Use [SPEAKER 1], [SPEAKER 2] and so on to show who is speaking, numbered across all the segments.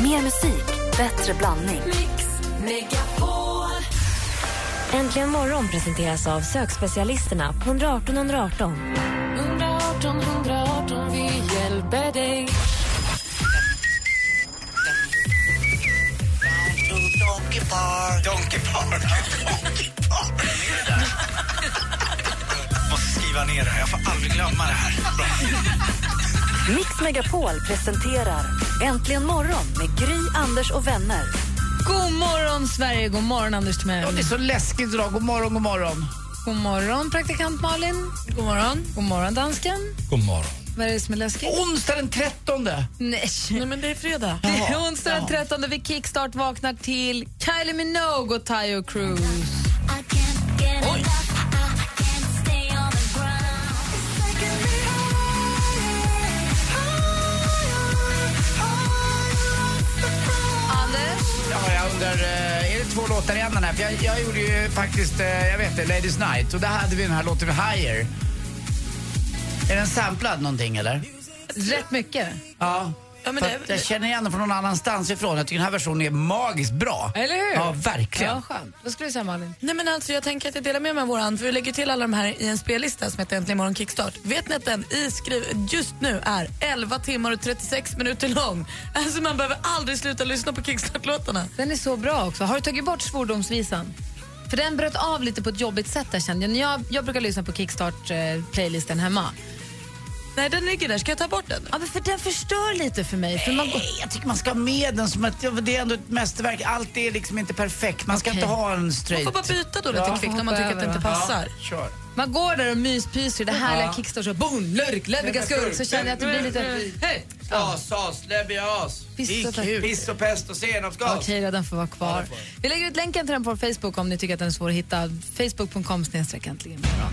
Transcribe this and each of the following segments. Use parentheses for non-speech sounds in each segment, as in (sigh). [SPEAKER 1] Mer musik, bättre blandning.
[SPEAKER 2] Mix Megapol.
[SPEAKER 3] Äntligen morgon presenteras av sökspecialisterna på 118 118.
[SPEAKER 2] 118 118, vi hjälper dig.
[SPEAKER 4] Donkey Park. Donkey Park. Donkey Park. Måste skriva ner det här. Jag får aldrig glömma det här. Bra.
[SPEAKER 1] Mix Megapol presenterar Äntligen morgon med Gry, Anders och vänner.
[SPEAKER 5] God morgon, Sverige. God morgon, Anders Timell.
[SPEAKER 6] Ja, det är så läskigt idag. God morgon, god morgon.
[SPEAKER 5] God morgon, praktikant Malin. God morgon. God morgon, dansken.
[SPEAKER 7] God morgon.
[SPEAKER 5] Vad är det som är läskigt?
[SPEAKER 6] Onsdag den 13.
[SPEAKER 5] Nej.
[SPEAKER 8] Nej, men det är fredag.
[SPEAKER 5] Det är onsdag den 13. Vi kickstart vaknar till Kylie Minogue och Tayo Cruz. Anders,
[SPEAKER 6] Ja, jag undrar, eh, är det två låtar i en den här? För jag, jag gjorde ju faktiskt, eh, jag vet det, Ladies Night. Och där hade vi den här låten Higher. Är den samplad någonting eller?
[SPEAKER 5] rätt mycket.
[SPEAKER 6] Ja.
[SPEAKER 8] Ja, men
[SPEAKER 6] För
[SPEAKER 8] det-
[SPEAKER 6] att jag känner igen den från någon annanstans ifrån. Jag tycker den här versionen är magiskt bra.
[SPEAKER 5] Eller hur?
[SPEAKER 6] Ja, verkligen.
[SPEAKER 5] Ja, skönt. Vad skulle du säga, Malin?
[SPEAKER 8] Nej men alltså jag tänker att jag delar med mig av våran, för vi lägger till alla de här i en spellista som heter Äntligen morgon kickstart. Vet ni att den i skriv just nu är 11 timmar och 36 minuter lång? Alltså man behöver aldrig sluta lyssna på kickstart-låtarna.
[SPEAKER 5] Den är så bra också. Har du tagit bort svordomsvisan? För den bröt av lite på ett jobbigt sätt där kände jag. När Jag, jag brukar lyssna på Kickstart-playlisten hemma.
[SPEAKER 8] Nej den ligger där, ska jag ta bort den?
[SPEAKER 5] Ja, men för den förstör lite för mig. För man går...
[SPEAKER 6] Nej, jag tycker man ska ha med den som att det är ändå ett mästerverk. Allt är liksom inte perfekt. Man ska
[SPEAKER 5] Okej.
[SPEAKER 6] inte ha en
[SPEAKER 8] Man
[SPEAKER 6] straight.
[SPEAKER 8] får bara byta då
[SPEAKER 6] Ja,
[SPEAKER 8] lite
[SPEAKER 6] får
[SPEAKER 8] kvickt om man
[SPEAKER 5] hoppa
[SPEAKER 8] tycker att det
[SPEAKER 5] över
[SPEAKER 8] inte
[SPEAKER 6] Ja,
[SPEAKER 8] passar.
[SPEAKER 6] kör.
[SPEAKER 5] Man går där och myspyser i det härliga
[SPEAKER 6] Ja.
[SPEAKER 5] Kickstart så boom, lurk, Ludvika skurk. Så känner jag att det blir lite... Hej!
[SPEAKER 6] As, as, lebias.
[SPEAKER 5] Piss och pe-
[SPEAKER 6] Piss och pest och senapsgas.
[SPEAKER 5] Okej då, den får vara kvar. Vi lägger ut länken till den på vår Facebook om ni tycker att den är svår att hitta. Facebook.com snedstreck äntligen imorgon.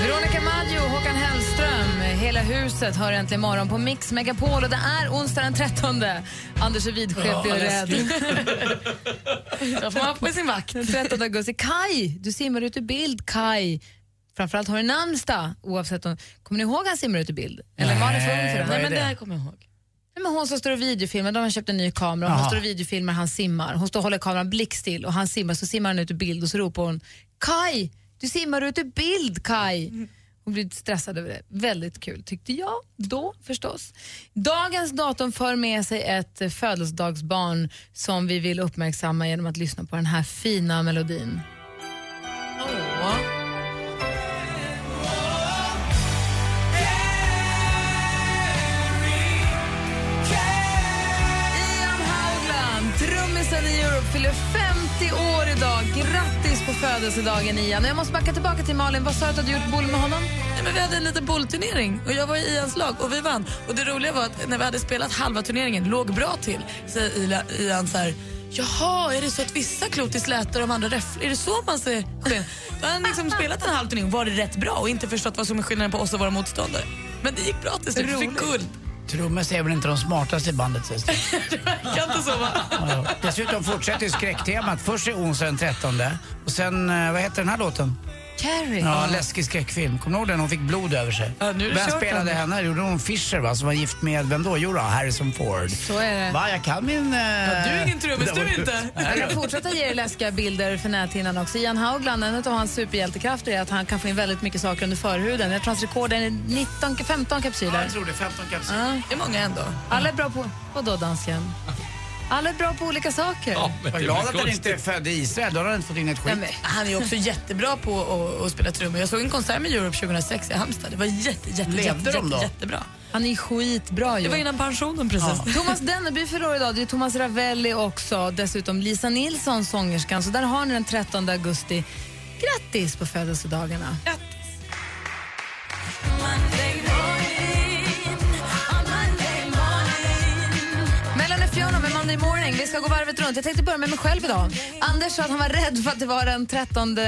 [SPEAKER 5] Veronica Maggio, Håkan Hellström, hela huset hör äntligen morgon på Mix Megapol och det är onsdag den 13. Anders är vidskeplig och rädd. (laughs)
[SPEAKER 8] Då får man vara på sin vakt.
[SPEAKER 5] Den 13 augusti. Kai, du simmar ut ur bild, Kai. Framförallt har du namnsdag, oavsett om... Kommer ni ihåg han simmar ut ur bild? Eller var det för ung för det?
[SPEAKER 6] vad
[SPEAKER 5] Nej,
[SPEAKER 6] är
[SPEAKER 5] men
[SPEAKER 8] Men
[SPEAKER 6] det?
[SPEAKER 8] det här kommer jag ihåg.
[SPEAKER 5] Nej, men hon som står och videofilmar, de har köpt en ny kamera och hon
[SPEAKER 6] Jaha.
[SPEAKER 5] står och videofilmar, han simmar. Hon står och håller kameran blickstill och han simmar, så simmar han ut ur bild och så ropar hon Kai, du simmar ut ur bild Kai. Hon blir stressad över det. Väldigt kul tyckte jag då förstås. Dagens datum för med sig ett eh, födelsedagsbarn som vi vill uppmärksamma genom att lyssna på den här fina melodin.
[SPEAKER 8] Åh.
[SPEAKER 5] Ian Haugland, trummisen i Europe, fyller 50 år idag. Grattis på födelsedagen Ian. Och Jag måste backa tillbaka till Malin. Vad sa du att du hade gjort boll med honom?
[SPEAKER 8] Nej, men vi hade en liten bollturnering och jag var i hans lag och vi vann. Och det roliga var att när vi hade spelat halva turneringen, låg bra till, säger Ila, Ian så här. Jaha, är det så att vissa klot är släta och de andra räfflor? Är det så man ser
[SPEAKER 5] (laughs)
[SPEAKER 8] skillnad? Då hade han liksom spelat en halv turnering, var det rätt bra och inte förstått vad som är skillnaden på oss och våra motståndare. Men det gick bra till slut, vi fick guld.
[SPEAKER 6] Trummis är väl inte de smartaste i bandet sägs det.
[SPEAKER 8] Kan inte sova.
[SPEAKER 6] Ja, ja. Dessutom fortsätter ju skräcktemat. Först är onsdag den 13 och sen, eh, vad heter den här låten?
[SPEAKER 5] Carrie.
[SPEAKER 6] Ja, läskig skräckfilm. Kommer du ihåg den? Hon fick blod över sig.
[SPEAKER 8] Ja, nu är det
[SPEAKER 6] vem
[SPEAKER 8] kört,
[SPEAKER 6] spelade
[SPEAKER 8] Anders.
[SPEAKER 6] henne? Det gjorde hon Fisher va, som var gift med, vem då? Jo då, Harrison Ford.
[SPEAKER 5] Så är det.
[SPEAKER 6] Va, jag kan min... eh,
[SPEAKER 8] Du är ingen
[SPEAKER 6] (laughs)
[SPEAKER 8] trummis, du
[SPEAKER 5] (laughs)
[SPEAKER 8] inte.
[SPEAKER 5] Jag kan fortsätta ge er läskiga bilder för näthinnan också. Ian Haugland, en av hans superhjältekrafter är att han kan få in väldigt mycket saker under förhuden. Jag tror hans rekord är 19, 15
[SPEAKER 6] Ja,
[SPEAKER 5] kapsyler.
[SPEAKER 6] jag tror det. 15 kapsyler.
[SPEAKER 8] Det är många ändå.
[SPEAKER 5] Alla är bra på... Vadå dansken? Alla är bra på olika saker.
[SPEAKER 7] Ja, men
[SPEAKER 6] Var
[SPEAKER 7] det är
[SPEAKER 6] glad
[SPEAKER 7] väl
[SPEAKER 6] att den
[SPEAKER 7] konstigt.
[SPEAKER 6] inte är född i Israel. Då hade den inte fått in ett skit.
[SPEAKER 5] Nej, men,
[SPEAKER 8] Han är också jättebra på att, att spela trummor. Jag såg en konsert med Europe 2006 i Halmstad. Det var jätte, jätte,
[SPEAKER 6] Levde
[SPEAKER 8] jätte,
[SPEAKER 6] de
[SPEAKER 8] jätte,
[SPEAKER 6] då?
[SPEAKER 8] jättebra.
[SPEAKER 5] han är skitbra ju.
[SPEAKER 8] Det var innan pensionen (laughs) precis.
[SPEAKER 5] Thomas Dennerby fyller år idag, det är Thomas Ravelli också, dessutom Lisa Nilsson, sångerskan. Så där har ni den 13 augusti. Grattis på födelsedagarna! Mellan Fiona med Monday Morning. Vi ska gå varvet runt. Jag tänkte börja med mig själv idag. Anders sa att han var rädd för att det var den 13,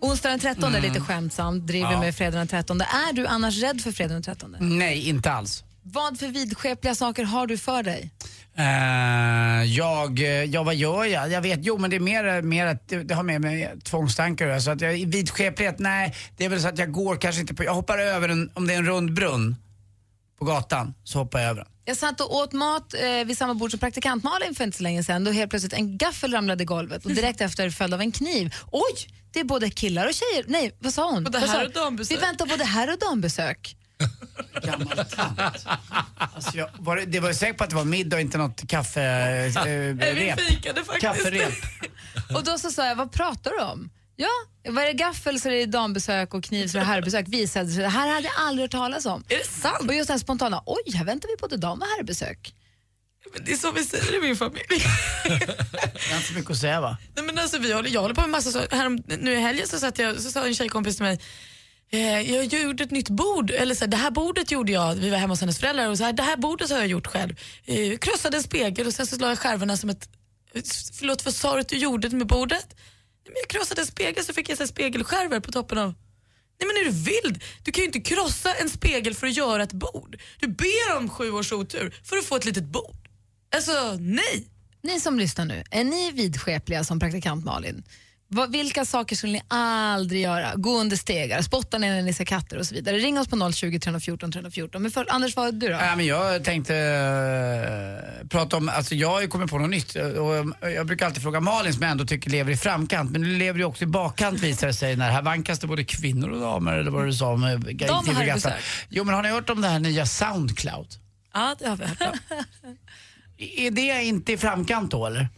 [SPEAKER 5] onsdag den 13, lite skämtsamt, driver med fredag den 13. Är du annars rädd för fredag den 13?
[SPEAKER 6] Nej, inte alls.
[SPEAKER 5] Vad för vidskepliga saker har du för dig?
[SPEAKER 6] Eh, jag, eh, ja vad gör jag? Jag vet, jo men det är mer, mer att det, det har med mig tvångstankar att göra. Så att jag, i vidskeplighet, nej det är väl så att jag går kanske inte på, jag hoppar över en, om det är en rund brunn på gatan så hoppar jag över den.
[SPEAKER 5] Jag satt och åt mat eh, vid samma bord som praktikant Malin för inte så länge sedan då helt plötsligt en gaffel ramlade i golvet och
[SPEAKER 8] (laughs)
[SPEAKER 5] direkt efter följd av en kniv. Oj, det är både killar och tjejer. Nej, vad sa hon?
[SPEAKER 8] Både
[SPEAKER 5] Vad sa
[SPEAKER 8] herr
[SPEAKER 5] hon?
[SPEAKER 8] och dambesök.
[SPEAKER 5] Vi väntar både herr och
[SPEAKER 8] (laughs)
[SPEAKER 5] dambesök.
[SPEAKER 6] Gammal tant. Alltså jag, var det, det var ju säkert på att det var middag och inte något (laughs) kafferep. Eh,
[SPEAKER 8] Nej, vi
[SPEAKER 6] rep.
[SPEAKER 8] fikade faktiskt.
[SPEAKER 6] Kafferep.
[SPEAKER 5] Och då så sa jag, vad pratar du om? Ja, var det gaffel så är det dambesök och kniv så är det herrbesök visade sig. Det här hade jag aldrig hört talas om.
[SPEAKER 8] Är det sant?
[SPEAKER 5] Och just den spontana, oj, här väntar vi både dam och herrbesök.
[SPEAKER 8] Men Det är så vi säger i min familj.
[SPEAKER 6] Jag har inte så mycket att säga va?
[SPEAKER 8] Nej, men alltså, vi håller, jag håller på med massa saker. Härom, nu i helgen så, satt jag, så sa en tjejkompis till mig, eh, jag gjorde ett nytt bord, eller så här, det här bordet gjorde jag, vi var hemma hos hennes föräldrar och så här, det här bordet har jag gjort själv. Eh, krossade en spegel och sen så la jag skärvorna som ett, förlåt vad sa du att du gjorde med bordet? Nej, men jag krossade en spegel så fick jag så här spegelskärvor på toppen av Nej men är du vild? Du kan ju inte krossa en spegel för att göra ett bord. Du ber om sju års otur för att få ett litet bord. Alltså nej!
[SPEAKER 5] Ni som lyssnar nu, är ni vidskepliga som praktikant Malin? Vad- vilka saker skulle ni aldrig göra? Gå under stegar, spotta ner när ni ser katter och så vidare. Ring oss på 020 314 314. Men för, Anders, vad du då?
[SPEAKER 6] Ja, men jag tänkte eh, prata om, alltså jag har ju kommit på något nytt eh, och eh, jag brukar alltid fråga Malin som jag ändå tycker lever i framkant men du lever ju också i bakkant visar det sig när här vankas det både kvinnor och damer eller vad du sa om eh,
[SPEAKER 8] har
[SPEAKER 6] TV
[SPEAKER 8] vi
[SPEAKER 6] Gatta.
[SPEAKER 8] besök.
[SPEAKER 6] Jo men har ni hört om det här nya Soundcloud?
[SPEAKER 8] Ja det har vi hört om.
[SPEAKER 6] Är det inte i framkant då eller?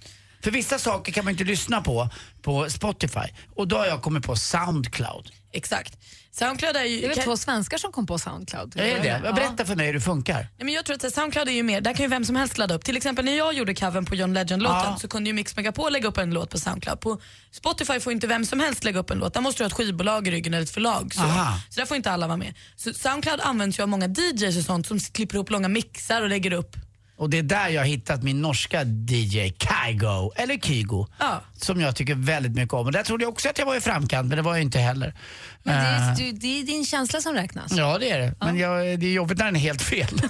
[SPEAKER 6] För vissa saker kan man inte lyssna på på Spotify och då har jag kommit på Soundcloud.
[SPEAKER 8] Exakt. Soundcloud är ju...
[SPEAKER 5] Det är väl
[SPEAKER 8] kan,
[SPEAKER 5] två svenskar som kom på Soundcloud?
[SPEAKER 6] Är det det?
[SPEAKER 5] Ja.
[SPEAKER 6] Berätta för mig hur det funkar.
[SPEAKER 8] nej, men jag tror att så här, Soundcloud är ju mer, där kan ju vem som helst ladda upp. Till exempel när jag gjorde covern på John Legend-låten
[SPEAKER 6] Ja.
[SPEAKER 8] så kunde ju Mix Megapol lägga upp en låt på Soundcloud. På Spotify får inte vem som helst lägga upp en låt. Där måste du ha ett skivbolag i ryggen eller ett förlag. Så,
[SPEAKER 6] Aha.
[SPEAKER 8] så där får inte alla vara med. Så Soundcloud används ju av många DJs och sånt som klipper ihop långa mixar och lägger
[SPEAKER 6] (laughs)
[SPEAKER 8] upp. (laughs)
[SPEAKER 6] Och det är där jag har hittat min norska DJ Kygo, eller Kygo,
[SPEAKER 8] Ja.
[SPEAKER 6] som jag tycker väldigt mycket om. Och där trodde jag också att jag var i framkant, men det var jag inte heller.
[SPEAKER 5] Men det,
[SPEAKER 6] Eh,
[SPEAKER 5] är,
[SPEAKER 8] Mm.
[SPEAKER 5] du, det är din känsla som räknas.
[SPEAKER 6] Ja, det är det. Men jag, det är jobbigt när den (laughs) är helt fel.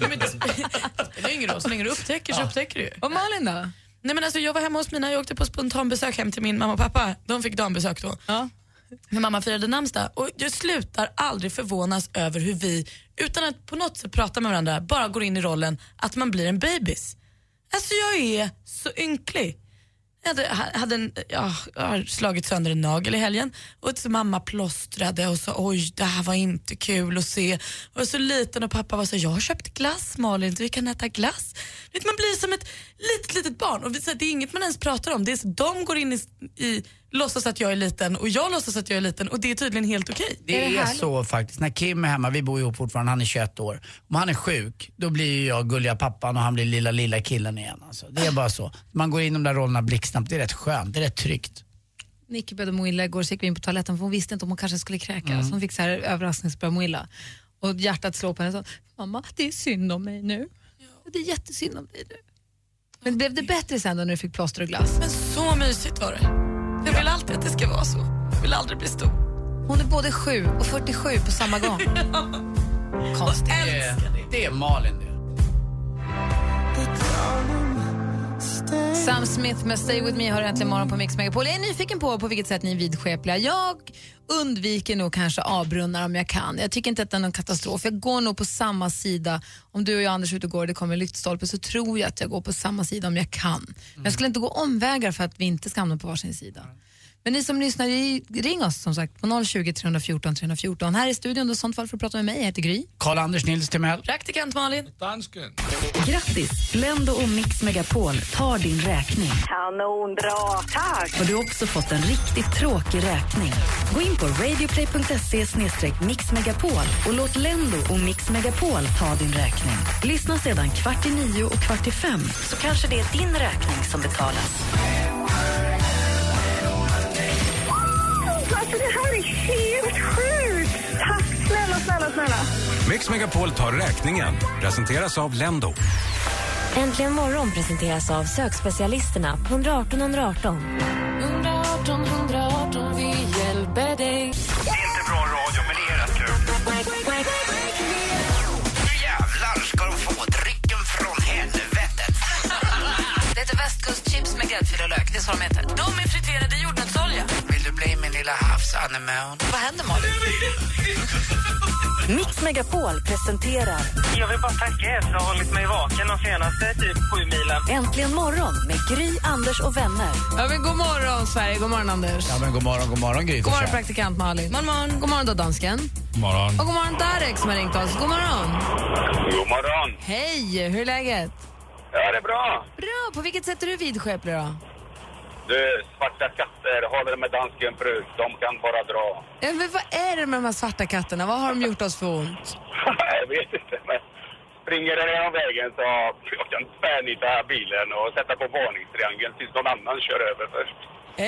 [SPEAKER 8] Nej, men det spelar ju ingen roll, så länge du upptäcker så upptäcker du ju.
[SPEAKER 5] Och Malin då?
[SPEAKER 8] Nej, men alltså, jag var hemma hos mina, jag åkte på spontanbesök hem till min mamma och pappa. De fick dambesök då.
[SPEAKER 5] Ja.
[SPEAKER 8] när mamma firade namnsdag och jag slutar aldrig förvånas över hur vi, utan att på något sätt prata med varandra, bara går in i rollen att man blir en babys. Alltså jag är så ynklig. Jag hade, ha- hade en, ja, jag har slagit sönder en nagel i helgen och så mamma plåstrade och sa oj det här var inte kul att se. Jag var så liten och pappa var så jag har köpt glass Malin, vi kan äta glass. Du Vet, man blir som ett litet litet barn och vi, så här, det är inget man ens pratar om. Det är, så- de går in i, i låtsas att jag är liten och jag låtsas att jag är liten och det är tydligen helt okej.
[SPEAKER 6] Det är, så faktiskt. När Kim är hemma, vi bor ihop fortfarande, han är 21 år. Om han är sjuk, då blir ju jag gulliga pappan och han blir lilla, lilla killen igen. Alltså. Det är bara så. Man går in i de där rollerna blixtsnabbt. Det är rätt skönt, det är rätt tryggt.
[SPEAKER 5] Nicky började må illa igår så gick vi in på toaletten för hon visste inte om hon kanske skulle kräkas. Mm. Hon fick så här överrasknings börja må illa. Och hjärtat slog på henne och sa, mamma det är synd om mig nu. Det är jättesynd om dig nu. Men blev det bättre sen då när du fick plåster och glass?
[SPEAKER 8] Men så mysigt var det. Jag vill alltid att det ska vara så. Jag vill aldrig bli stor.
[SPEAKER 5] Hon är både 7 och 47 på samma gång. Konstigt.
[SPEAKER 8] Älskar det.
[SPEAKER 6] Det är Malin det.
[SPEAKER 5] Sam Smith med Stay With Me har äntligen morgon på Mix Megapol. Jag är nyfiken på på vilket sätt ni är vidskepliga. Jag undviker nog kanske avbrunnar om jag kan. Jag tycker inte att det är någon katastrof. Jag går nog på samma sida. Om du och jag Anders är ute och går och det kommer en lyktstolpe så tror jag att jag går på samma sida om jag kan. Men jag skulle inte gå omvägar för att vi inte ska hamna på varsin sida. Men ni som lyssnar, i- ring oss som sagt på 020 314 314. Här i studion då, i sånt fall för att prata med mig. Jag heter Gry.
[SPEAKER 6] Karl-Anders Nils Timell.
[SPEAKER 8] Praktikant Malin.
[SPEAKER 7] Dansken.
[SPEAKER 1] Grattis! Blendo och Mix Megapol tar din räkning.
[SPEAKER 9] Kanonbra, tack!
[SPEAKER 1] Har du också fått en riktigt tråkig räkning? Gå in på radioplay.se mixmegapol och låt Lendo och Mix Megapol ta din räkning. Lyssna sedan kvart i nio och kvart i fem så kanske det är din räkning som betalas.
[SPEAKER 9] Alltså det här är helt sjukt! Tack snälla, snälla, snälla.
[SPEAKER 10] Mix Megapol tar räkningen. Presenteras av Lendo.
[SPEAKER 3] Äntligen morgon presenteras av sökspecialisterna på 118 118.
[SPEAKER 2] 118 118 vi hjälper dig.
[SPEAKER 4] Inte bra radio, men det är rätt kul. Nu jävlar ska de få drycken från helvetet.
[SPEAKER 8] precis vad de heter. De är friterade i jordnötsolja.
[SPEAKER 6] Vill du bli min lilla havsanemon?
[SPEAKER 8] Vad händer Malin?
[SPEAKER 1] Mix Megapol presenterar
[SPEAKER 4] Jag vill bara tacka er som har hållit mig vaken de senaste typ sju milen.
[SPEAKER 1] Äntligen morgon med Gry, Anders och vänner.
[SPEAKER 5] Ja, men god morgon, Sverige. God morgon, Anders.
[SPEAKER 6] Ja men god morgon, god morgon Gry
[SPEAKER 5] God morgon,
[SPEAKER 6] Forssell.
[SPEAKER 5] praktikant Malin. God morgon. God morgon, då, dansken.
[SPEAKER 10] Morgon.
[SPEAKER 5] Och god morgon, Darek som har ringt oss. God morgon.
[SPEAKER 7] God morgon.
[SPEAKER 5] Hej, hur är läget?
[SPEAKER 7] Ja, det är bra.
[SPEAKER 5] Bra. På vilket sätt är du vidskeplig då?
[SPEAKER 7] Du, svarta katter, håller det med dansken bruk. De kan bara dra. (laughs)
[SPEAKER 5] Ja, men vad är det med de här svarta katterna? Vad har de gjort oss för ont?
[SPEAKER 7] jag vet inte, men springer den genom vägen så jag kan tvärnita bilen och sätta på varningstriangeln tills någon annan kör över först.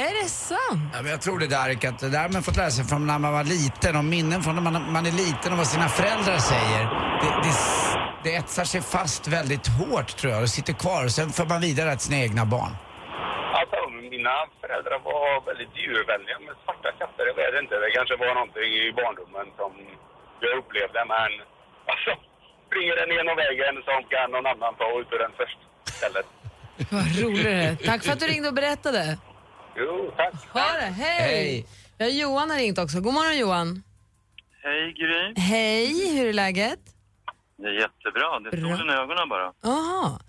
[SPEAKER 5] Är det sant?
[SPEAKER 6] Ja, men jag tror det Darek, att det där har man fått lära sig från när man var liten och minnen från när man, man är liten och vad sina föräldrar säger. Det, det, s- det etsar sig fast väldigt hårt tror jag och sitter kvar och sen för man vidare till sina egna barn.
[SPEAKER 7] Alltså, mina föräldrar var väldigt djurvänliga med svarta katter. Jag vet inte, det kanske var någonting i barndomen som jag upplevde, men alltså, springer den genom vägen så kan någon annan ta ut ur den först istället.
[SPEAKER 5] (laughs) Vad roligt det är. Tack för att du ringde och berättade.
[SPEAKER 7] Jo, tack.
[SPEAKER 5] Ha det. Hej!
[SPEAKER 6] Hej.
[SPEAKER 5] Ja, Johan har ringt också. God morgon, Johan.
[SPEAKER 7] Hej, Gry.
[SPEAKER 5] Hej, hur är läget?
[SPEAKER 7] Det är jättebra. Det är
[SPEAKER 5] Bra.
[SPEAKER 7] solen i ögonen bara.
[SPEAKER 5] Aha.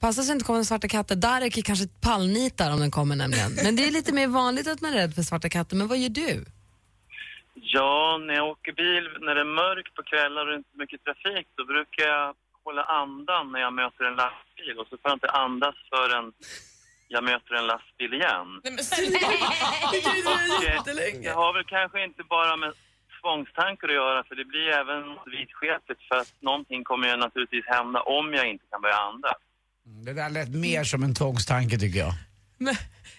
[SPEAKER 5] Passa så det inte kommer svarta katter. Darek är kanske pallnitar om den kommer nämligen. Men det är lite mer vanligt att man är rädd för svarta katter. Men vad gör du?
[SPEAKER 7] Ja, när jag åker bil, när det är mörkt på kvällar och inte mycket trafik, då brukar jag hålla andan när jag möter en lastbil. Och så får jag inte andas förrän jag möter en lastbil igen.
[SPEAKER 8] Nej, men sluta! Det är ju jättelänge.
[SPEAKER 7] Det har väl kanske inte bara med tvångstankar att göra, för det blir även vidskepligt för att någonting kommer ju naturligtvis hända om jag inte kan börja andas.
[SPEAKER 6] Det där lät mer som en tvångstanke tycker jag.
[SPEAKER 5] Men,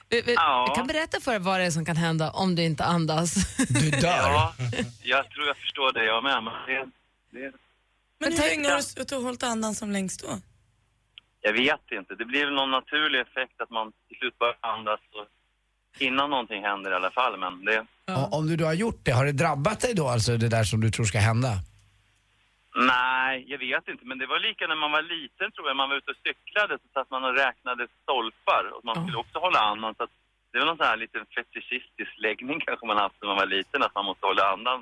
[SPEAKER 5] vi- vi-
[SPEAKER 7] Ja.
[SPEAKER 5] Eh, Jag kan berätta för dig vad det är som kan hända om du inte andas. (laughs)
[SPEAKER 6] Du dör.
[SPEAKER 7] Ja, jag tror jag förstår det jag med, men det, det,
[SPEAKER 8] Men hur länge har du suttit och hållit andan som längst då?
[SPEAKER 7] Jag vet inte. Det blir väl någon naturlig effekt att man till slut börjar andas och innan någonting händer i alla fall. Men det,
[SPEAKER 6] Och Om du då har gjort det, har det drabbat dig då alltså det där som du tror ska hända?
[SPEAKER 7] nej, jag vet inte. Men det var lika när man var liten tror jag. Man var ute och cyklade så satt man och räknade stolpar och man skulle också hålla andan. Så att det var någon sån här liten fetischistisk läggning (laughs) kanske man haft när man var liten att man måste hålla andan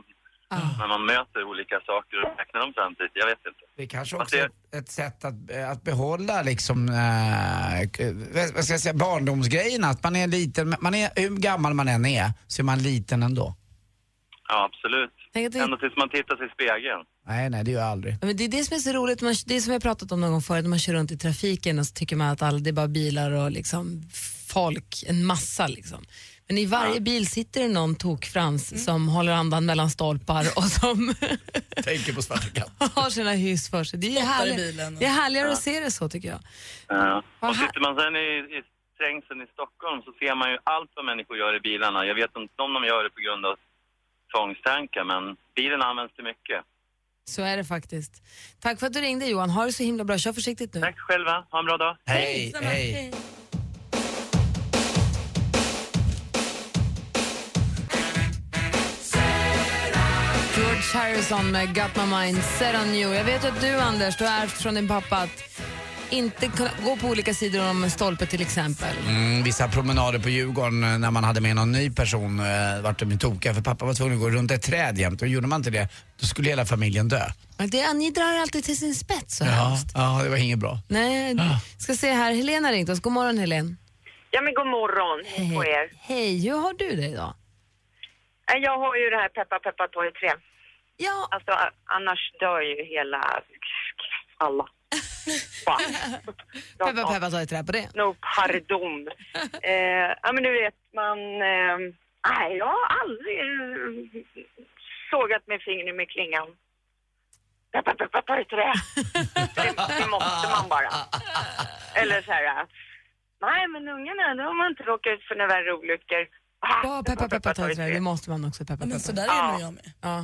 [SPEAKER 5] Ah.
[SPEAKER 7] när man möter olika saker och räkna dem samtidigt. Jag vet inte.
[SPEAKER 6] Det kanske
[SPEAKER 7] Att
[SPEAKER 6] också
[SPEAKER 7] det-
[SPEAKER 6] är ett- ett sätt att, eh, att behålla liksom, eh, k- vad- vad ska jag säga, barndomsgrejerna. Att man är liten, man är, hur gammal man än är så är man liten ändå.
[SPEAKER 7] Ja, absolut.
[SPEAKER 5] Tänk att det-
[SPEAKER 7] Ända tills man tittar sig i spegeln.
[SPEAKER 6] Nej, nej, det gör jag aldrig.
[SPEAKER 5] Ja, Men det är det som är så roligt, man, det är som vi har pratat om någon gång förut, när man kör runt i trafiken och så tycker man att all, det är bara bilar och liksom folk, en massa liksom. Men i varje bil sitter det någon tokfrans som håller andan mellan stolpar och som
[SPEAKER 6] (laughs)
[SPEAKER 5] (laughs)
[SPEAKER 6] Tänker på svarta katten.
[SPEAKER 5] har sina hyss för sig. Det är,
[SPEAKER 8] Spottar i
[SPEAKER 5] härlig,
[SPEAKER 8] bilen och-
[SPEAKER 5] det är härligare att se det så tycker jag.
[SPEAKER 7] Ja.
[SPEAKER 5] Vad
[SPEAKER 7] Och
[SPEAKER 5] här-
[SPEAKER 7] sitter man sen i, i trängseln i Stockholm så ser man ju allt vad människor gör i bilarna. Jag vet inte om de gör det på grund av tvångstankar, men bilen används till mycket.
[SPEAKER 5] Så är det faktiskt. Tack för att du ringde Johan, ha det så himla bra, kör försiktigt nu.
[SPEAKER 7] Tack själva, ha en bra dag.
[SPEAKER 6] Hej, hej.
[SPEAKER 5] George Harrison med Got My Mind Set On You. Jag vet att du, Anders, du har ärvt från din pappa att inte kunna gå på olika sidor om en stolpe till exempel.
[SPEAKER 6] Mm, vissa promenader på Djurgården eh, när man hade med någon ny person eh, vart de tokiga för pappa var tvungen att gå runt ett träd jämt och gjorde man inte det då skulle hela familjen dö.
[SPEAKER 5] Men Det, ni drar alltid till sin spets så
[SPEAKER 6] Ja,
[SPEAKER 5] hemskt.
[SPEAKER 6] ja det var inget bra.
[SPEAKER 5] Nej, ska se här. Helena har ringt oss. God morgon, Helen.
[SPEAKER 9] Ja, men god morgon på er.
[SPEAKER 5] Hej, hur har du det idag?
[SPEAKER 9] Nej, Jag har ju det här Peppa Peppa Toy 3.
[SPEAKER 5] Ja,
[SPEAKER 9] Alltså, a- annars dör ju hela... alla.
[SPEAKER 5] (laughs)
[SPEAKER 9] Fan.
[SPEAKER 5] Peppa Peppa tar ett trä på det.
[SPEAKER 9] No, pardon. (laughs) Eh, ja, men du vet, man... Eh, nej, jag har aldrig eh, sågat med fingret med klingan. Peppa, peppa, ta i trä. Det, det måste man bara. Eller så här... Nej, men ungarna, då har man inte råkat ut för några värre olyckor. Ah,
[SPEAKER 5] Ja, Peppa Peppa tar ett trä. Det måste man också. Peppa
[SPEAKER 8] Men så
[SPEAKER 5] Peppa.
[SPEAKER 8] där
[SPEAKER 9] Ja.
[SPEAKER 8] är nog jag med.
[SPEAKER 5] Ja.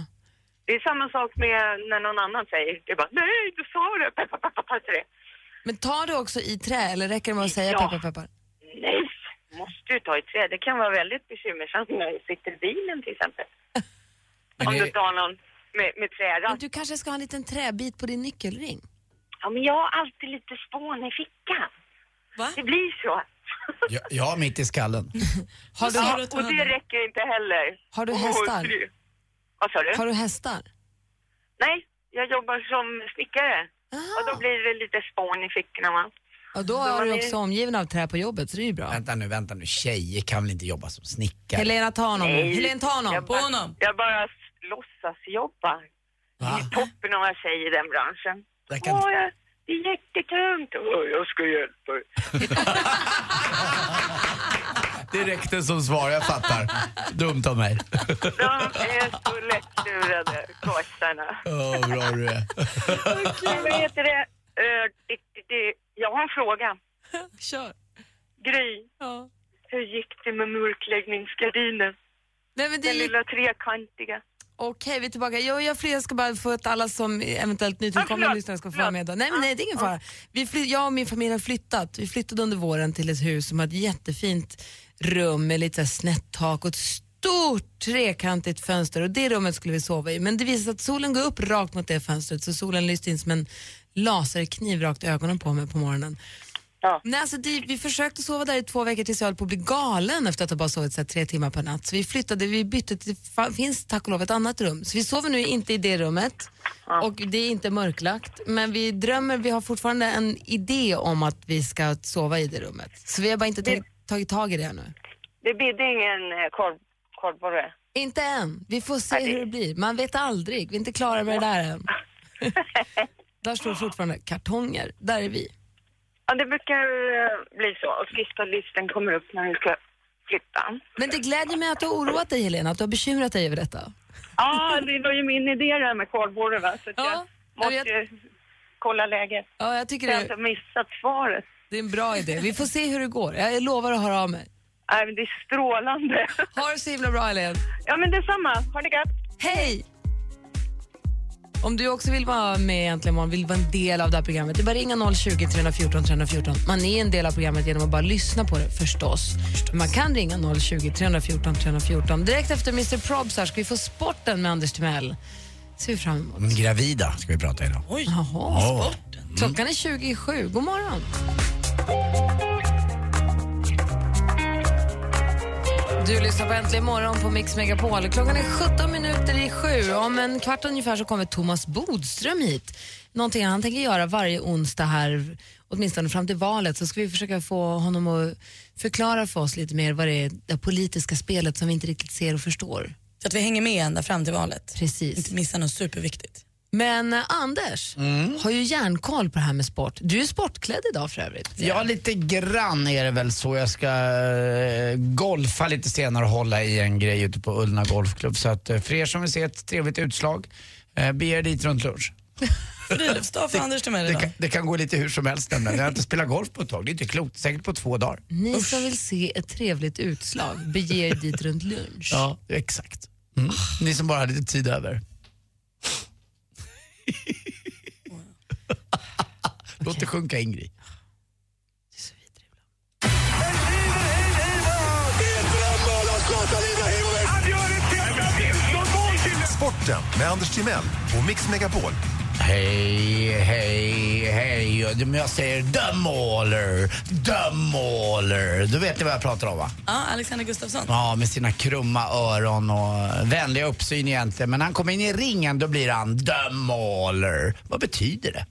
[SPEAKER 9] Det är samma sak med när någon annan säger det. Är bara, Nej, du sa det. Peppa, peppa, ta i trä.
[SPEAKER 5] Men tar du också i trä eller räcker det med att säga
[SPEAKER 9] Ja.
[SPEAKER 5] Peppa Peppa?
[SPEAKER 9] Nej, måste du ta i trä. Det kan vara väldigt bekymmersamt när du sitter i bilen till exempel. Om
[SPEAKER 6] Men
[SPEAKER 9] du
[SPEAKER 6] det,
[SPEAKER 9] tar någon med, med
[SPEAKER 5] Men
[SPEAKER 9] träratt.
[SPEAKER 5] du kanske ska ha en liten träbit på din nyckelring?
[SPEAKER 9] Ja, men jag har alltid lite spån i fickan.
[SPEAKER 8] Va?
[SPEAKER 9] Det blir så.
[SPEAKER 6] Ja, ja, mitt i skallen.
[SPEAKER 11] Har du,
[SPEAKER 9] (laughs)
[SPEAKER 7] Ja,
[SPEAKER 11] har,
[SPEAKER 7] och det räcker inte heller.
[SPEAKER 11] Har du
[SPEAKER 7] Och
[SPEAKER 11] hästar?
[SPEAKER 7] tre- Vad sa du?
[SPEAKER 11] har du hästar?
[SPEAKER 7] Nej, jag jobbar som snickare.
[SPEAKER 5] Ah.
[SPEAKER 7] Och då blir det lite spån i fickorna va?
[SPEAKER 5] Och då är du också omgiven av trä på jobbet, så det är ju bra.
[SPEAKER 6] Vänta nu, vänta nu. Tjejer kan väl inte jobba som snickare?
[SPEAKER 5] Helena, ta honom.
[SPEAKER 7] Nej.
[SPEAKER 5] Helena, ta honom.
[SPEAKER 7] Jag
[SPEAKER 5] På
[SPEAKER 7] bara-
[SPEAKER 5] honom.
[SPEAKER 7] Jag bara s- låtsasjobbar.
[SPEAKER 6] Va?
[SPEAKER 7] Det är toppen av tjej i den branschen.
[SPEAKER 6] Där kan-
[SPEAKER 7] Åh, jag, det är jättetungt. Åh, jag ska hjälpa dig.
[SPEAKER 6] Det räckte som svar, jag fattar. Dumt av mig.
[SPEAKER 7] De är så lättlurade, gossarna.
[SPEAKER 6] Åh, vad bra du är.
[SPEAKER 7] Men Vad heter det? Eh, det, det, det? Jag har en fråga.
[SPEAKER 8] Kör.
[SPEAKER 7] Gry,
[SPEAKER 8] Ja.
[SPEAKER 7] hur gick det med mörkläggningsgardinen?
[SPEAKER 5] Nej, men det är
[SPEAKER 7] Den
[SPEAKER 5] ju
[SPEAKER 7] lilla trekantiga.
[SPEAKER 5] Okej, vi är tillbaka. Jag, jag, flyr, jag ska bara få att alla som eventuellt
[SPEAKER 7] Ah,
[SPEAKER 5] nytillkomna
[SPEAKER 7] förlåt,
[SPEAKER 5] lyssnare ska få vara
[SPEAKER 7] förlåt.
[SPEAKER 5] med. Då. Nej, men nej, det är ingen fara. Vi fly, jag och min familj har flyttat. Vi flyttade under våren till ett hus som har ett jättefint rum med lite så här snett tak och ett stort trekantigt fönster och det rummet skulle vi sova i. Men det visade sig att solen går upp rakt mot det fönstret så solen lyste in som en laserkniv rakt i ögonen på mig på morgonen. Nej, alltså det, vi försökte sova där i två veckor tills jag höll på att bli galen efter att ha bara sovit så här, tre timmar per natt. Så vi flyttade, vi bytte till, det finns tack och lov ett annat rum. Så vi sover nu inte i det rummet och det är inte mörklagt. Men vi drömmer, vi har fortfarande en idé om att vi ska sova i det rummet. Så vi har bara inte tagit, tagit tag i det ännu.
[SPEAKER 7] Det bidde ingen eh, korv, korvborre. (laughs)
[SPEAKER 5] Inte än. Vi får se hur det blir. Man vet aldrig. Vi är inte klara med det där än. där står fortfarande kartonger. Där är vi.
[SPEAKER 7] Ja, det brukar eh, bli så. Och sista listan kommer upp när du ska flytta.
[SPEAKER 5] Men det glädjer mig att du har oroat dig Helena, att du har bekymrat dig över detta.
[SPEAKER 7] Ja, det var ju min idé det här med korvborre va. Så att
[SPEAKER 5] Ja,
[SPEAKER 7] jag måste
[SPEAKER 5] jag
[SPEAKER 7] ju kolla läget.
[SPEAKER 5] Ja, jag tycker
[SPEAKER 7] Jag har
[SPEAKER 5] det,
[SPEAKER 7] inte missat svaret.
[SPEAKER 5] det är en bra idé. Vi får se hur det går. Jag lovar att höra av mig.
[SPEAKER 7] Nej, men det är strålande. (laughs)
[SPEAKER 5] Ha det så himla bra, Helene.
[SPEAKER 7] Ja, men detsamma. Ha det gött.
[SPEAKER 5] Hej! Om du också vill vara med egentligen imorgon, vill vara en del av det här programmet, det är bara att ringa 020 314 314. Man är en del av programmet genom att bara lyssna på det, förstås. Men man kan ringa 020 314 314. Direkt efter Mr Probs här ska vi få sporten med Anders Timell. ser vi fram emot.
[SPEAKER 6] Mm, Gravida ska vi prata idag.
[SPEAKER 5] Jaha.
[SPEAKER 6] Åh.
[SPEAKER 5] Mm. Klockan är 27. God morgon. Du lyssnar på Äntligen morgon på Mix Megapol. Klockan är 17 minuter i sju. Om en kvart ungefär så kommer Thomas Bodström hit. Någonting han tänker göra varje onsdag här, åtminstone fram till valet, så ska vi försöka få honom att förklara för oss lite mer vad det är, det politiska spelet som vi inte riktigt ser och förstår.
[SPEAKER 8] Så att vi hänger med ända fram till valet.
[SPEAKER 5] Precis.
[SPEAKER 8] Inte missa något superviktigt.
[SPEAKER 5] Men eh, Anders har ju järnkoll på det här med sport. Du är sportklädd idag för övrigt.
[SPEAKER 6] Ja, lite grann är det väl så. Jag ska eh, golfa lite senare och hålla i en grej ute på Ullna Golfklubb. Så att eh, för er som vill se ett trevligt utslag, eh, bege er dit runt lunch.
[SPEAKER 8] Friluftsdag för Anders till mig
[SPEAKER 6] Det
[SPEAKER 8] idag.
[SPEAKER 6] kan, det kan gå lite hur som helst nämligen. Jag har inte spelat golf på ett tag, det är inte klokt. Säkert på två dagar.
[SPEAKER 5] Ni som vill se ett trevligt utslag, bege er dit runt lunch.
[SPEAKER 6] (laughs) Ja, exakt. Mm. Ni som bara har lite tid (laughs) över. Låt det sjunka Ingrid.
[SPEAKER 4] Sporten med Anders Timell och Mix Megapol.
[SPEAKER 6] Hej, hej, hej. Och Men jag säger the mauler, the mauler. Du vet ni vad jag pratar om va?
[SPEAKER 8] Ja, Alexander Gustafsson.
[SPEAKER 6] Ja, med sina krumma öron och vänliga uppsyn egentligen. Men när han kommer in i ringen då blir han the mauler. Vad betyder det?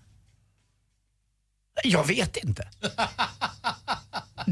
[SPEAKER 6] Jag vet
[SPEAKER 5] (laughs)
[SPEAKER 6] inte.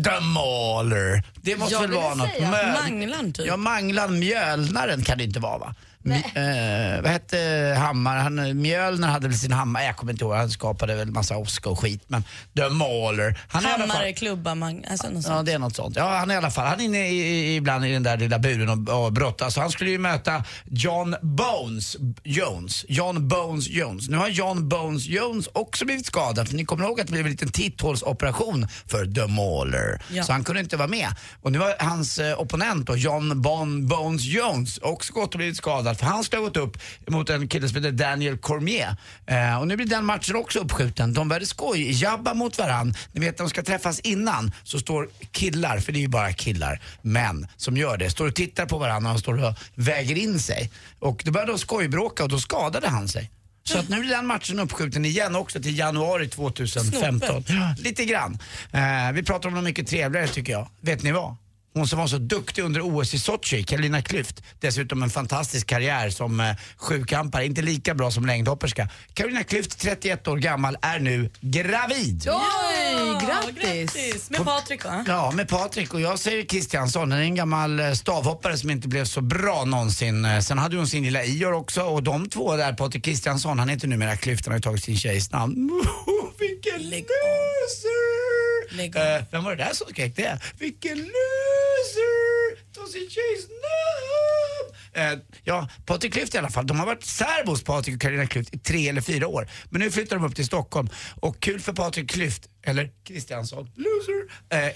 [SPEAKER 6] The mauler. Det måste
[SPEAKER 5] Jag
[SPEAKER 6] väl
[SPEAKER 5] ville
[SPEAKER 6] vara något.
[SPEAKER 5] säga
[SPEAKER 6] Mö-
[SPEAKER 8] Manglan typ.
[SPEAKER 6] Ja, Manglan Mjölnaren kan det inte vara va? Mj- eh, vad hette Hammar? Han, eh, Mjölner hade väl sin hammare, jag kommer inte ihåg, han skapade väl massa Oscar och skit men The Mauler. Han är i alla fall-
[SPEAKER 8] Hammare, klubba, mang... Alltså något
[SPEAKER 6] Ja,
[SPEAKER 8] sånt.
[SPEAKER 6] det är något sånt. Ja, han är i alla fall, han är inne i, i, ibland i den där lilla buren och, och brottas. Så han skulle ju möta John Bones Jones. John Bones Jones. Nu har John Bones Jones också blivit skadad. För ni kommer ihåg att det blev en liten titthålsoperation för The Mauler.
[SPEAKER 8] Ja.
[SPEAKER 6] Så han kunde inte vara med. Och nu har hans eh, opponent då, John bon, Bones Jones, också gått och blivit skadad. För han skulle ha gått upp mot en kille som heter Daniel Cormier. Eh, och nu blir den matchen också uppskjuten. De började skoj, jabba mot varann. Ni vet, de ska träffas innan så står killar, för det är ju bara killar, män som gör det, står och tittar på varandra och står och väger in sig. Och då började de skojbråka och då skadade han sig. Så att nu är den matchen uppskjuten igen också till januari 2015. Lite grann. Eh, vi pratar om något mycket trevligare tycker jag. Vet ni vad? Hon som var så duktig under OS i Sochi, Carolina Klüft, dessutom en fantastisk karriär som eh, sjukampare, inte lika bra som längdhopperska. Carolina Klüft, 31 år gammal, är nu gravid.
[SPEAKER 5] Oj, grattis! Med Patrik va?
[SPEAKER 6] Ja, med Patrik och jag säger Kristiansson, han är en gammal eh, stavhoppare som inte blev så bra någonsin. Eh, Sen hade hon sin lilla Ior också och de två där, Patrik Kristiansson, han heter numera Klyftan, har ju tagit sin tjejs namn. (laughs) Vilken loser! Eh, Vem var det där som skrek det? Vilken loser! Ta sin tjejs namn! Eh, ja, Patrik Klüft i alla fall. De har varit särbos, Patrik och Carolina Klüft, i tre eller fyra år. Men nu flyttar de upp till Stockholm. Och kul för Patrik Klüft, eller Kristiansson, loser,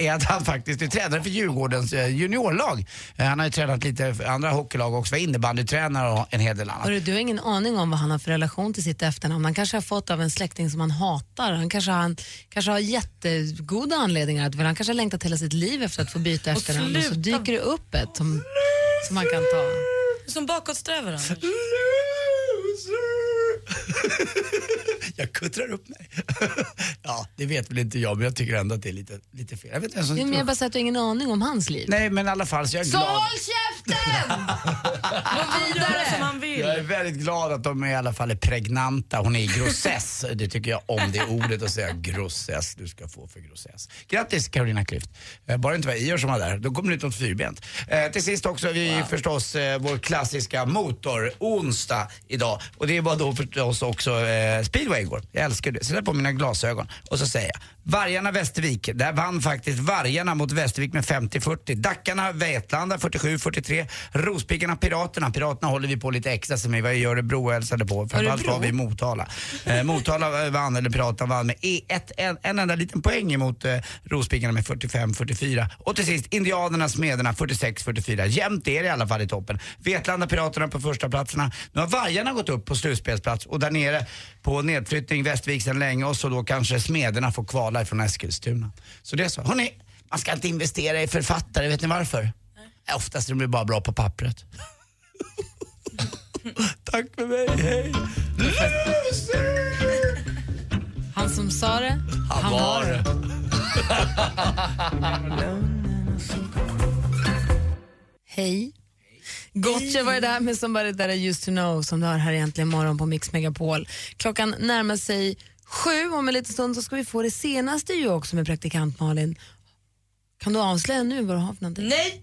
[SPEAKER 6] eh, är att han faktiskt är tränare för Djurgårdens eh, juniorlag. Eh, han har ju tränat lite för andra hockeylag också, var innebandytränare och en hel del annat.
[SPEAKER 5] Hörru, du har ingen aning om vad han har för relation till sitt efternamn. Han kanske har fått av en släkting som han hatar. Han kanske har, han, kanske har jättegoda anledningar. att- Han kanske har längtat hela sitt liv efter att få byta efternamn. Och så
[SPEAKER 8] sluta.
[SPEAKER 5] dyker det upp ett som, som man kan ta.
[SPEAKER 8] Som bakåtsträvare. Anders.
[SPEAKER 6] Jag kuttrar upp mig. ja, det vet väl inte jag, men jag tycker ändå att det är lite, lite fel. Jag vet inte ens om-
[SPEAKER 5] Nej, men jag bara säger att du har ingen aning om hans liv.
[SPEAKER 6] Nej, men i alla fall så jag är
[SPEAKER 5] Så
[SPEAKER 6] glad.
[SPEAKER 5] håll
[SPEAKER 6] (laughs)
[SPEAKER 5] käften! Gå vidare!
[SPEAKER 8] som han vill.
[SPEAKER 6] Jag Ah, är väldigt glad att de i alla fall är pregnanta. Hon är i grossess. Det tycker jag om, det ordet att säga grossess. Du ska få för grossess. Grattis Carolina Klüft. Eh, Bara det inte var Ior som var där, då kommer det ut något fyrbent. Eh, till sist också har vi förstås eh, vår klassiska motor-onsdag idag. Och det var då förstås också eh, speedway igår. Jag älskar det. Sätter på mina glasögon och så säger jag Vargarna-Västervik, där vann faktiskt Vargarna mot Västervik med 50-40. Dackarna Vetlanda 47-43. Rospiggarna Piraterna. Piraterna håller vi på lite extra som vi var i Örebro och hälsade på. Framförallt var vi i Motala. Eh, Motala eh, vann, eller Piraterna vann med E1, en, en enda liten poäng emot eh, Rospiggarna med 45-44. Och till sist Indianerna, Smederna 46-44. Jämnt är det i alla fall i toppen. Vetlanda Piraterna på första platserna. Nu har Vargarna gått upp på slutspelsplats och där nere på nedflyttning Västervik sedan länge och så då kanske Smederna får kvala från Eskilstuna. Så det är så. Hörrni, man ska inte investera i författare, vet ni varför? Nej. Oftast är de ju bara bra på pappret. Tack för mig, hej!
[SPEAKER 5] Han som sa det, han,
[SPEAKER 6] Han var det.
[SPEAKER 5] Hej. Gotcha var det där med Somebody That I Used To Know som du har här egentligen imorgon på Mix Megapol. Klockan närmar sig sju, om en liten stund så ska vi få det senaste ju också med praktikant Malin. Kan du avslöja nu vad du har för någonting?
[SPEAKER 8] Nej!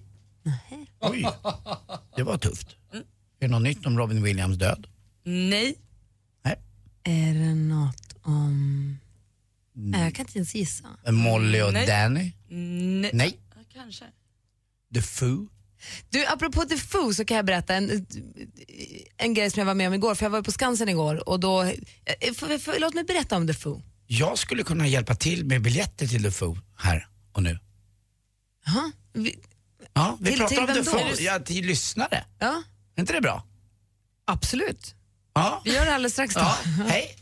[SPEAKER 6] Oj, det var tufft. Är det något nytt om Robin Williams död?
[SPEAKER 8] Nej.
[SPEAKER 5] Är det något om... Nej, jag kan inte ens gissa.
[SPEAKER 6] Molly och
[SPEAKER 5] Nej.
[SPEAKER 6] Danny?
[SPEAKER 8] Nej.
[SPEAKER 6] Nej.
[SPEAKER 8] Ja, kanske.
[SPEAKER 6] The Foo?
[SPEAKER 5] Du, apropå The Foo så kan jag berätta en, en grej som jag var med om igår, för jag var på Skansen igår och då... eh, För, för, låt mig berätta om The Foo.
[SPEAKER 6] Jag skulle kunna hjälpa till med biljetter till The Foo här och nu.
[SPEAKER 5] Jaha? Vi,
[SPEAKER 6] Ja, vi
[SPEAKER 5] Till-
[SPEAKER 6] pratar
[SPEAKER 5] till
[SPEAKER 6] om
[SPEAKER 5] vem
[SPEAKER 6] The
[SPEAKER 5] då?
[SPEAKER 6] Foo. Ja, till lyssnare.
[SPEAKER 5] ja,
[SPEAKER 6] Är inte det bra?
[SPEAKER 5] absolut.
[SPEAKER 6] Ja.
[SPEAKER 5] Vi gör det alldeles strax då.
[SPEAKER 6] Hej.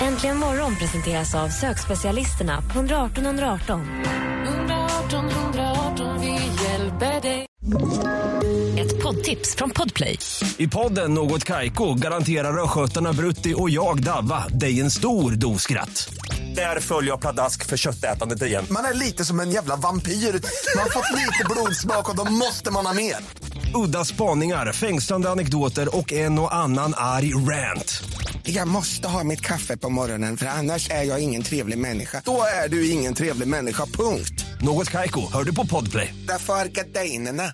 [SPEAKER 3] Äntligen morgon presenteras av sökspecialisterna på 118 118.
[SPEAKER 12] 118 118, vi hjälper dig.
[SPEAKER 13] Ett poddtips från Podplay.
[SPEAKER 14] I podden Något Kaiko garanterar östgötarna Brutti och jag, Davva, dig en stor dos skratt. Där följer jag pladask för köttätandet igen.
[SPEAKER 4] Man är lite som en jävla vampyr. Man har fått lite blodsmak och då måste man ha mer.
[SPEAKER 14] Udda spaningar, fängslande anekdoter och en och annan arg rant.
[SPEAKER 15] Jag måste ha mitt kaffe på morgonen för annars är jag ingen trevlig människa.
[SPEAKER 4] Då är du ingen trevlig människa, punkt.
[SPEAKER 14] Något Kaiko, hör du på Podplay.
[SPEAKER 15] Därför arkadeinerna.